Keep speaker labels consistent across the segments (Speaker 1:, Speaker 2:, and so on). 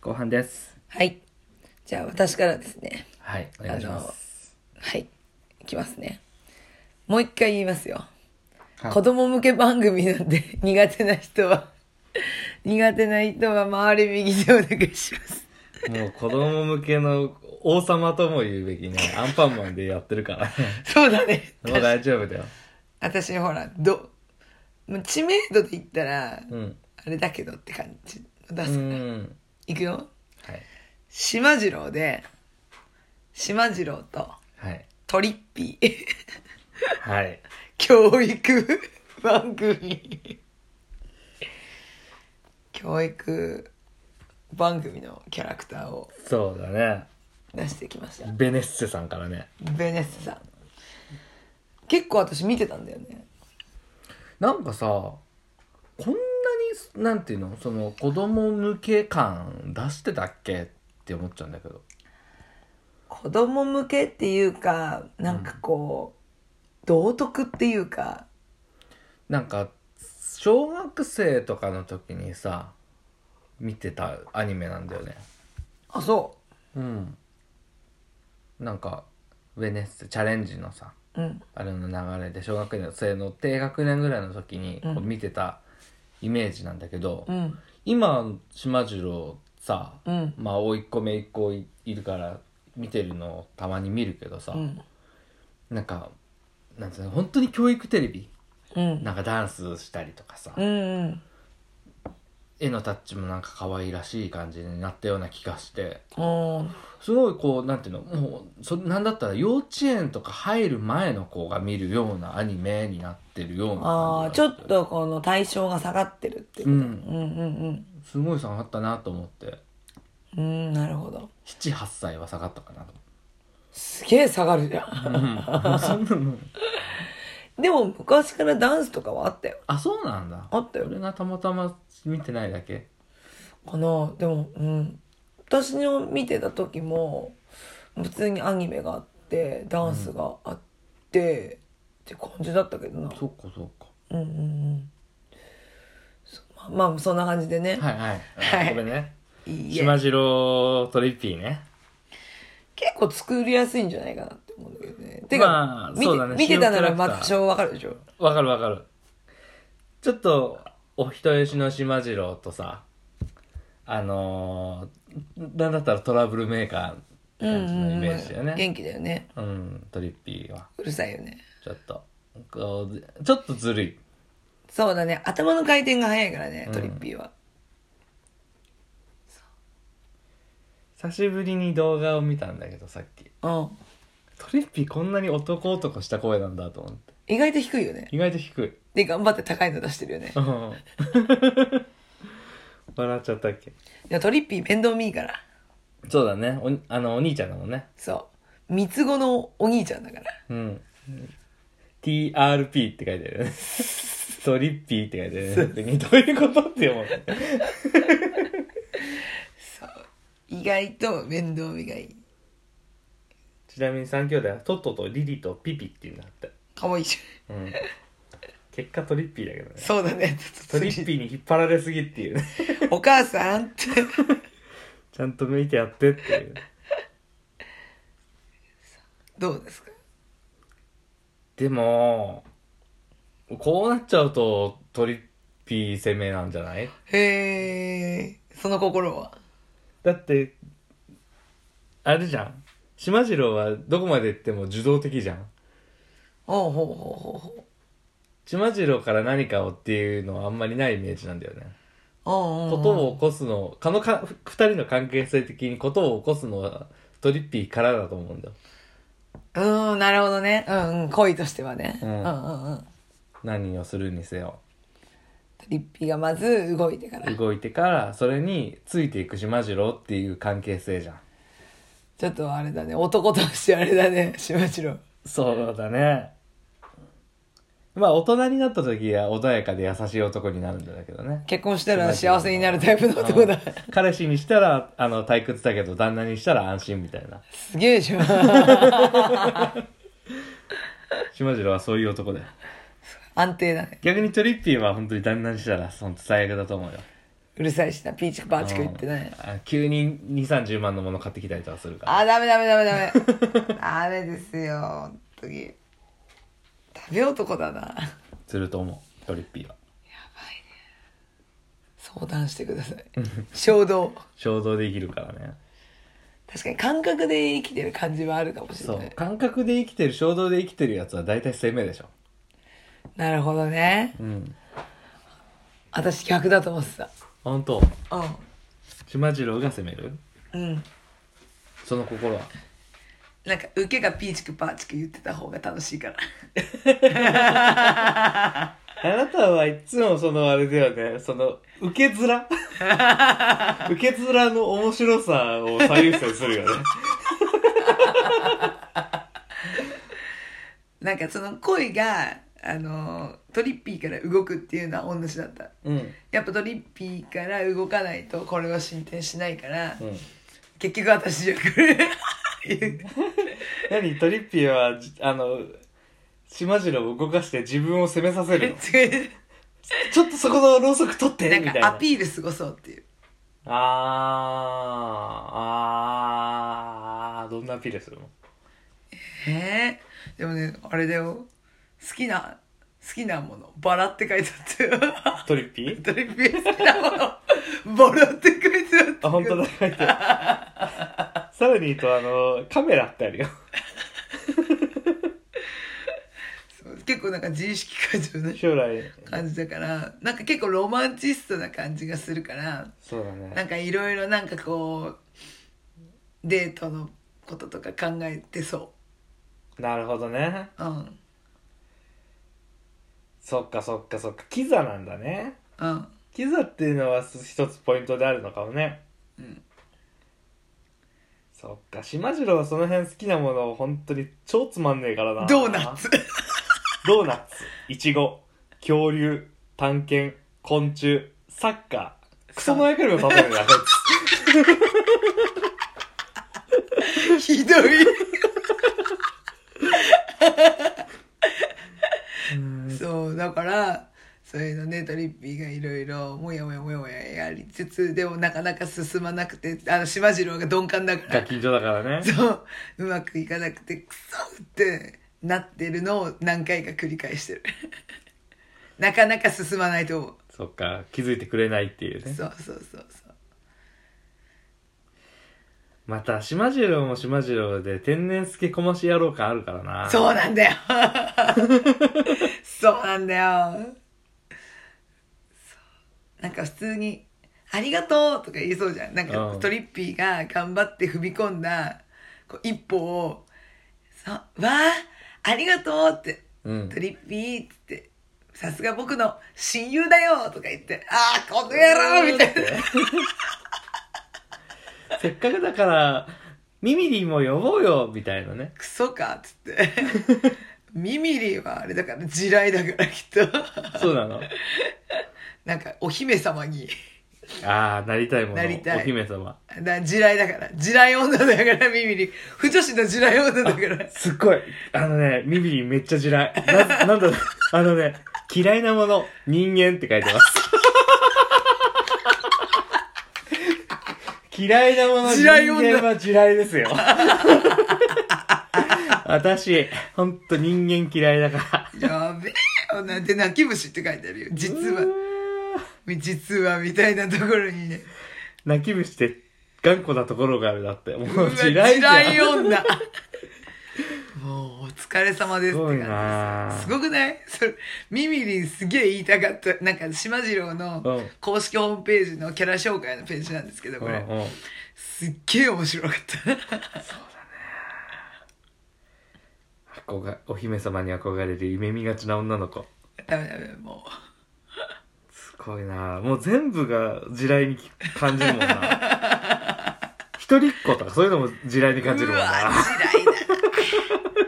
Speaker 1: 後半です
Speaker 2: はい。じゃあ私からですね。
Speaker 1: はいお願いします
Speaker 2: はい。いきますね。もう一回言いますよ。
Speaker 1: はい
Speaker 2: 子供向け番組なんて 苦手な人は、 苦手な人は周り右でお願いします。
Speaker 1: もう子供向けの王様とも言うべき ねアンパンマンでやってる からね
Speaker 2: そうだね。
Speaker 1: もう大丈夫だよ
Speaker 2: 私ほら、ど、もう知名度で言ったら、
Speaker 1: うん
Speaker 2: あれだけどって感じ出
Speaker 1: う
Speaker 2: す。
Speaker 1: ん
Speaker 2: いくよ。
Speaker 1: はい
Speaker 2: 島次郎で、島次郎と
Speaker 1: はい
Speaker 2: トリッピー
Speaker 1: はい
Speaker 2: 教育番組教育番組のキャラクターを
Speaker 1: そうだね
Speaker 2: 出してきました
Speaker 1: ベネッセさんからね
Speaker 2: ベネッサさん結構私見てたんだよね
Speaker 1: なんかさこんなになんていうのその子供向け感出してたっけって思っちゃうんだけど
Speaker 2: 子供向けっていうかなんかこう、道徳っていうか
Speaker 1: なんか小学生とかの時にさ見てたアニメなんだよね
Speaker 2: あそ
Speaker 1: うんなんかベネッセチャレンジのさ
Speaker 2: ううん
Speaker 1: あれの流れで小学生の低学年ぐらいの時にこう見てたイメージなんだけど、
Speaker 2: うん
Speaker 1: 今島次郎さ、
Speaker 2: うん
Speaker 1: まあ甥っ子姪っ子いいるから見てるのをたまに見るけどさ、
Speaker 2: うん
Speaker 1: なんかなんつうの本当に教育テレビ
Speaker 2: うん
Speaker 1: なんかダンスしたりとかさ、
Speaker 2: うんうん
Speaker 1: 絵のタッチもなんか可愛らしい感じになったような気がして
Speaker 2: おー
Speaker 1: すごいこうなんていうのもうそなんだったら幼稚園とか入る前の子が見るようなアニメになってるような
Speaker 2: ああ
Speaker 1: 感じ
Speaker 2: ち
Speaker 1: が
Speaker 2: ょっとこの対象が下がってるっていう
Speaker 1: う
Speaker 2: こと、
Speaker 1: ん
Speaker 2: うん、うんうん
Speaker 1: すごい下がったなと思って
Speaker 2: うんなるほど
Speaker 1: 78歳は下がったかなと
Speaker 2: すげえ下がるじゃん
Speaker 1: 思ってそんなの
Speaker 2: でも昔からダンスとかはあったよ
Speaker 1: あそうなんだ
Speaker 2: あったよ
Speaker 1: 俺がたまたま見てないだけ
Speaker 2: かなでもうん私の見てた時も普通にアニメがあってダンスがあって、って感じだったけどな
Speaker 1: そっかそっか
Speaker 2: うんうんうんそまあまあそんな感じでね、
Speaker 1: はいはい。
Speaker 2: はい
Speaker 1: これね。
Speaker 2: い、いえ
Speaker 1: 島次郎トリッピーね。
Speaker 2: 結構作りやすいんじゃないかなって思うんだけどねてか、
Speaker 1: まあ
Speaker 2: 見て
Speaker 1: そうだね
Speaker 2: 見てたなら
Speaker 1: 主要キャラクター
Speaker 2: まず性わかるでしょ
Speaker 1: わかるわかる。ちょっと、お人よしの島次郎とさ、あのー、なんだったらトラブルメーカーって感じのイメージだよね。
Speaker 2: 元気だよね
Speaker 1: うん、トリッピーは。
Speaker 2: うるさいよね
Speaker 1: ちょっと、こう、ちょっとずるい。
Speaker 2: そうだね頭の回転が速いからね、トリッピーは
Speaker 1: 久しぶりに動画を見たんだけど、さっき。
Speaker 2: うん
Speaker 1: トリッピーこんなに男男した声なんだと思って。
Speaker 2: 意外と低いよね
Speaker 1: 意外と低い。
Speaker 2: で頑張って高いの出してるよね
Speaker 1: うん笑っちゃったっけ
Speaker 2: でもトリッピー面倒見いいから
Speaker 1: そうだね。おに、あの、お兄ちゃんだもんね。
Speaker 2: そう三つ子のお兄ちゃんだから
Speaker 1: うん。TRP って書いてあるよ ね。トリッピーって書いてあるよね。どういうことって思う。
Speaker 2: 意外と面倒見がいい
Speaker 1: ちなみに3兄弟はトットとリリとピピっていうんだって。
Speaker 2: かわいいじ
Speaker 1: うん。結果トリッピーだけど
Speaker 2: ゃん
Speaker 1: ね。
Speaker 2: そうだね
Speaker 1: トリッピーに引っ張られすぎっていうね。
Speaker 2: お母さんって
Speaker 1: ちゃんと向いてやってっていう。
Speaker 2: どうですか
Speaker 1: でも、こうなっちゃうとトリッピー攻めなんじゃない
Speaker 2: へえその心は
Speaker 1: だって、あれじゃん。島次郎はどこまで行っても受動的じゃん。
Speaker 2: おうほうほうほう
Speaker 1: 島次郎から何かをっていうのはあんまりないイメージなんだよね。
Speaker 2: ほう
Speaker 1: こ
Speaker 2: おう
Speaker 1: と
Speaker 2: おう
Speaker 1: を起こすの、かのか、ふ二人の関係性的にことを起こすのはトリッピーからだと思うんだよ。
Speaker 2: うーんなるほどねうんうん恋としてはね、
Speaker 1: う
Speaker 2: うんん、うんうん
Speaker 1: 何をするにせよ。
Speaker 2: トリッピーがまず動いてから
Speaker 1: 動いてから、それについていく島次郎っていう関係性じゃん。
Speaker 2: ちょっとあれだね男としてあれだねしましろ
Speaker 1: そうだね。まあ、大人になった時は穏やかで優しい男になるんだけどね。
Speaker 2: 結婚したら幸せになるタイプの男だ
Speaker 1: 彼氏にしたら、あの、退屈だけど、旦那にしたら安心みたいな。
Speaker 2: すげえじゃん
Speaker 1: 島次郎はそういう男だよ。
Speaker 2: 安定だね
Speaker 1: 逆にトリッピーは本当に旦那にしたら、本当最悪だと思うよ。
Speaker 2: うるさいしなピーチクパーチク言ってね
Speaker 1: あ急に2三3 0万のもの買ってきたりとかするから
Speaker 2: あダメダメダメダ メダメですよ本当に食べ男だな
Speaker 1: すると思うトリッピーは
Speaker 2: 相談してください衝動
Speaker 1: 衝動で生きるからね
Speaker 2: 確かに感覚で生きてる感じはあるかもしれ
Speaker 1: そ
Speaker 2: な
Speaker 1: う
Speaker 2: い
Speaker 1: 感覚で生きてる衝動で生きてるやつは大体攻めでしょ
Speaker 2: なるほどね
Speaker 1: うん
Speaker 2: 私逆だと思ってた
Speaker 1: 本当
Speaker 2: う
Speaker 1: 島次郎が攻める
Speaker 2: んうん
Speaker 1: その心は
Speaker 2: なんか受けがピーチクパーチク言ってた方が楽しいから
Speaker 1: あなたはいつもそのあれだよね、その、受け 面受け面の面白さを最優先するよね。
Speaker 2: なんかその恋があのトリッピーから動くっていうのは同じだった
Speaker 1: うん。
Speaker 2: やっぱトリッピーから動かないとこれは進展しないから、
Speaker 1: うん。
Speaker 2: 結局私じゃ来 る
Speaker 1: 何トリッピーは、じあの、島次郎を動かして自分を責めさせるの。ちょっとそこのろうそく取って、み
Speaker 2: な
Speaker 1: た
Speaker 2: ん
Speaker 1: い
Speaker 2: か
Speaker 1: な。
Speaker 2: アピールすごそうっていう
Speaker 1: あー、あー、どんなアピールするの
Speaker 2: えー、でもねあれだよ好きな好きなものバラって書いてあっ
Speaker 1: トリッピ
Speaker 2: て
Speaker 1: ー
Speaker 2: トリッピー好きなものバラって書いてあって
Speaker 1: あ、本当だ、書い てあるさらに言うと、あの、カメラってあるよ。
Speaker 2: そう結構なんか自意識過剰な
Speaker 1: 将来。
Speaker 2: 感じだからなんか結構ロマンチストな感じがするから
Speaker 1: そうだね。
Speaker 2: なんかいろいろなんかこうデートのこととか考えてそ
Speaker 1: なるほどね。
Speaker 2: ううん
Speaker 1: そっかそっかそっか。キザなんだね。
Speaker 2: うん
Speaker 1: キザっていうのは一つポイントであるのかもね。
Speaker 2: うん。
Speaker 1: そっか、島次郎はその辺好きなものを本当に超つまんねえからな。
Speaker 2: ドーナツ。
Speaker 1: ドーナツ、イチゴ、恐竜、探検、昆虫、サッカー。クソの役にも立たないな、こいつ
Speaker 2: ひどいそうだからそういうのねトリッピーがいろいろもやもやもやもややりつつでもなかなか進まなくてあの島次郎が鈍感だか
Speaker 1: ガ
Speaker 2: ら
Speaker 1: キンチョだからね。
Speaker 2: そううまくいかなくてクソってなってるのを何回か繰り返してる なかなか進まないと思う
Speaker 1: そっか、気づいてくれないっていうね。
Speaker 2: そうそうそうそう
Speaker 1: また、島次郎も島次郎で天然好きこまし野郎感あるからな。
Speaker 2: そうなんだよ そうなんだよそうなんか普通に「ありがとう」とか言いそうじゃんなんか
Speaker 1: うん
Speaker 2: トリッピーが頑張って踏み込んだこう一歩を「そうわあありがとう」って
Speaker 1: うん
Speaker 2: 「ト。リッピー」っつって「さすが僕の親友だよ」とか言って「ああこの野郎」みたいな。
Speaker 1: せっかくだから、ミミリンも呼ぼうよ、みたいなね。
Speaker 2: クソかっつって ミミリーはあれだから地雷だからきっと
Speaker 1: そうなの。
Speaker 2: なんかお姫様に
Speaker 1: ああ、なりたいもの。
Speaker 2: なりたい
Speaker 1: お姫様。
Speaker 2: だ地雷だから地雷女だからミミリー不女子の地雷女だから
Speaker 1: すっごい。あのね、ミミリンめっちゃ地雷。な、なんだろう、あのね、嫌いなもの、人間って書いてます。嫌いなもの、
Speaker 2: 地
Speaker 1: 人
Speaker 2: 雷女
Speaker 1: 間は地雷ですよ。私、ほんと人間嫌いだから。
Speaker 2: やべえよなで泣き虫って書いてあるよ実は実はみたいなところにね
Speaker 1: 泣き虫って頑固なところがあるだって。も
Speaker 2: う
Speaker 1: う
Speaker 2: わ
Speaker 1: 地
Speaker 2: 地
Speaker 1: 雷じゃん。
Speaker 2: 雷 女もうお疲れ様です
Speaker 1: す
Speaker 2: って
Speaker 1: ご
Speaker 2: 感
Speaker 1: い
Speaker 2: じ
Speaker 1: な
Speaker 2: すごくないそれ、ミミリンすげえ言いたかった。なんか、島次郎
Speaker 1: う
Speaker 2: の
Speaker 1: ん
Speaker 2: 公式ホームページのキャラ紹介のページなんですけど、これ。
Speaker 1: うんうん
Speaker 2: すっげえ面白かった。
Speaker 1: 憧れお姫様に憧れる夢見がちな女の子
Speaker 2: ダメダメ、も
Speaker 1: すごいなもう全部が地雷に感じるもんな 一人っ子とかそういうのも地雷に
Speaker 2: う。
Speaker 1: 感じる
Speaker 2: う
Speaker 1: もん
Speaker 2: わ、
Speaker 1: な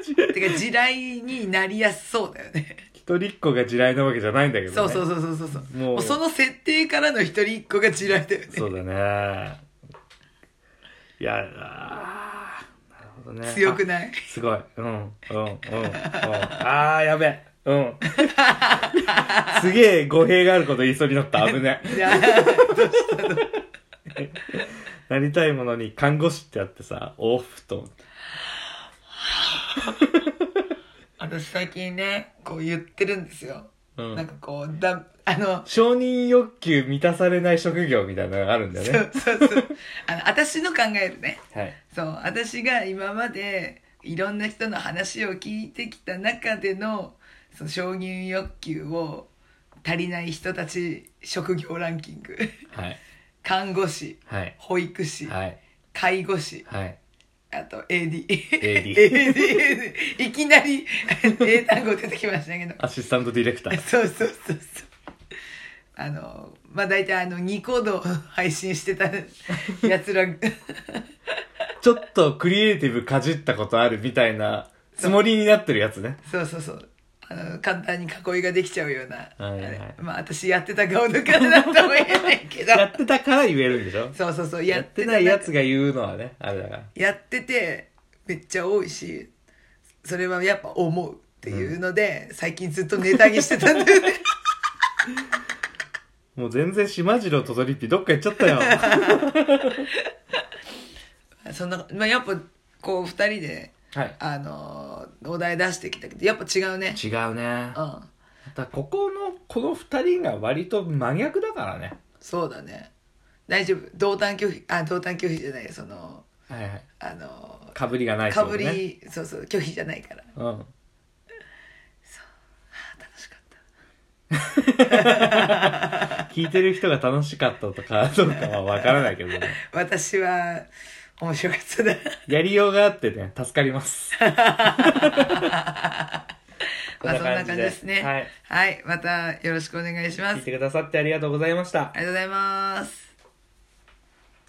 Speaker 2: 地雷 だ。てか、地雷になりやすそうだよね。
Speaker 1: 一人っ子が地雷なわけじゃないんだけどね
Speaker 2: そうそうそうそうそう。
Speaker 1: もう
Speaker 2: もうその設定からの一人っ子が地雷だよね。
Speaker 1: そうだねいや あーなるほどね
Speaker 2: 強くない
Speaker 1: あすごいうんうんうんうんあーやべえ うん。すげえ語弊があること言いそうになった。危ねえ。
Speaker 2: いや
Speaker 1: なりたいものに看護師ってあってさ、オフと思って。
Speaker 2: 私最近ねこう言ってるんですよ、
Speaker 1: うん
Speaker 2: なんかこうだ あの
Speaker 1: 承認欲求満たされない職業みたいなのがあるんだよ
Speaker 2: そ
Speaker 1: ね
Speaker 2: う。そうそうあの私の考えるね
Speaker 1: はい。
Speaker 2: そう私が今までいろんな人の話を聞いてきた中でのその承認欲求を足りない人たち職業ランキング
Speaker 1: はい。
Speaker 2: 看護師
Speaker 1: はい。
Speaker 2: 保育士、
Speaker 1: はい。
Speaker 2: 介護士
Speaker 1: はい。
Speaker 2: あと AD
Speaker 1: AD
Speaker 2: AD いきなり英単語出てきましたけど
Speaker 1: アシスタントディレクター。
Speaker 2: そうそうそうそうあのまあ大体あのニコ動配信してたやつら
Speaker 1: ちょっとクリエイティブかじったことあるみたいなつもりになってるやつね。
Speaker 2: そうそうそう。あの、簡単に囲いができちゃうような。
Speaker 1: はいはい
Speaker 2: あれまあ、私やってた顔だからなんとも言えないけど。
Speaker 1: やってたから言えるんでしょ
Speaker 2: そうそうそう、
Speaker 1: や
Speaker 2: や
Speaker 1: っ
Speaker 2: って
Speaker 1: て
Speaker 2: た
Speaker 1: ないやつが言うのはね、あれだから。
Speaker 2: やってて、めっちゃ多いし、それはやっぱ思うっていうので、最近ずっとネタにしてたんだよね。
Speaker 1: もう全然島次郎とトリッピーどっか行っちゃった よ。
Speaker 2: そんな、まあやっぱ、こう二人で、
Speaker 1: はい。
Speaker 2: あのーお題出してきたけど、やっぱ違うね。
Speaker 1: 違うね。
Speaker 2: うん。
Speaker 1: だここの、この二人が割と真逆だからね。
Speaker 2: そうだね。大丈夫。同担拒否、あ、同担拒否じゃない、その、
Speaker 1: はいはい。
Speaker 2: あの
Speaker 1: かぶりがない
Speaker 2: ー、
Speaker 1: っ
Speaker 2: か
Speaker 1: てこ
Speaker 2: ぶ
Speaker 1: とね。
Speaker 2: り、そうそう、拒否じゃないから。
Speaker 1: うん。
Speaker 2: 楽しかった
Speaker 1: 聞いてる人が楽しかったとか、どうかはわからないけどね。
Speaker 2: 私は面白かったな
Speaker 1: やりようがあってね、助かります。
Speaker 2: まあそんな感じですね
Speaker 1: はい。
Speaker 2: はい、またよろしくお願いしま
Speaker 1: 聞い
Speaker 2: す
Speaker 1: てくださってありがとうございました
Speaker 2: あ。りがとうございます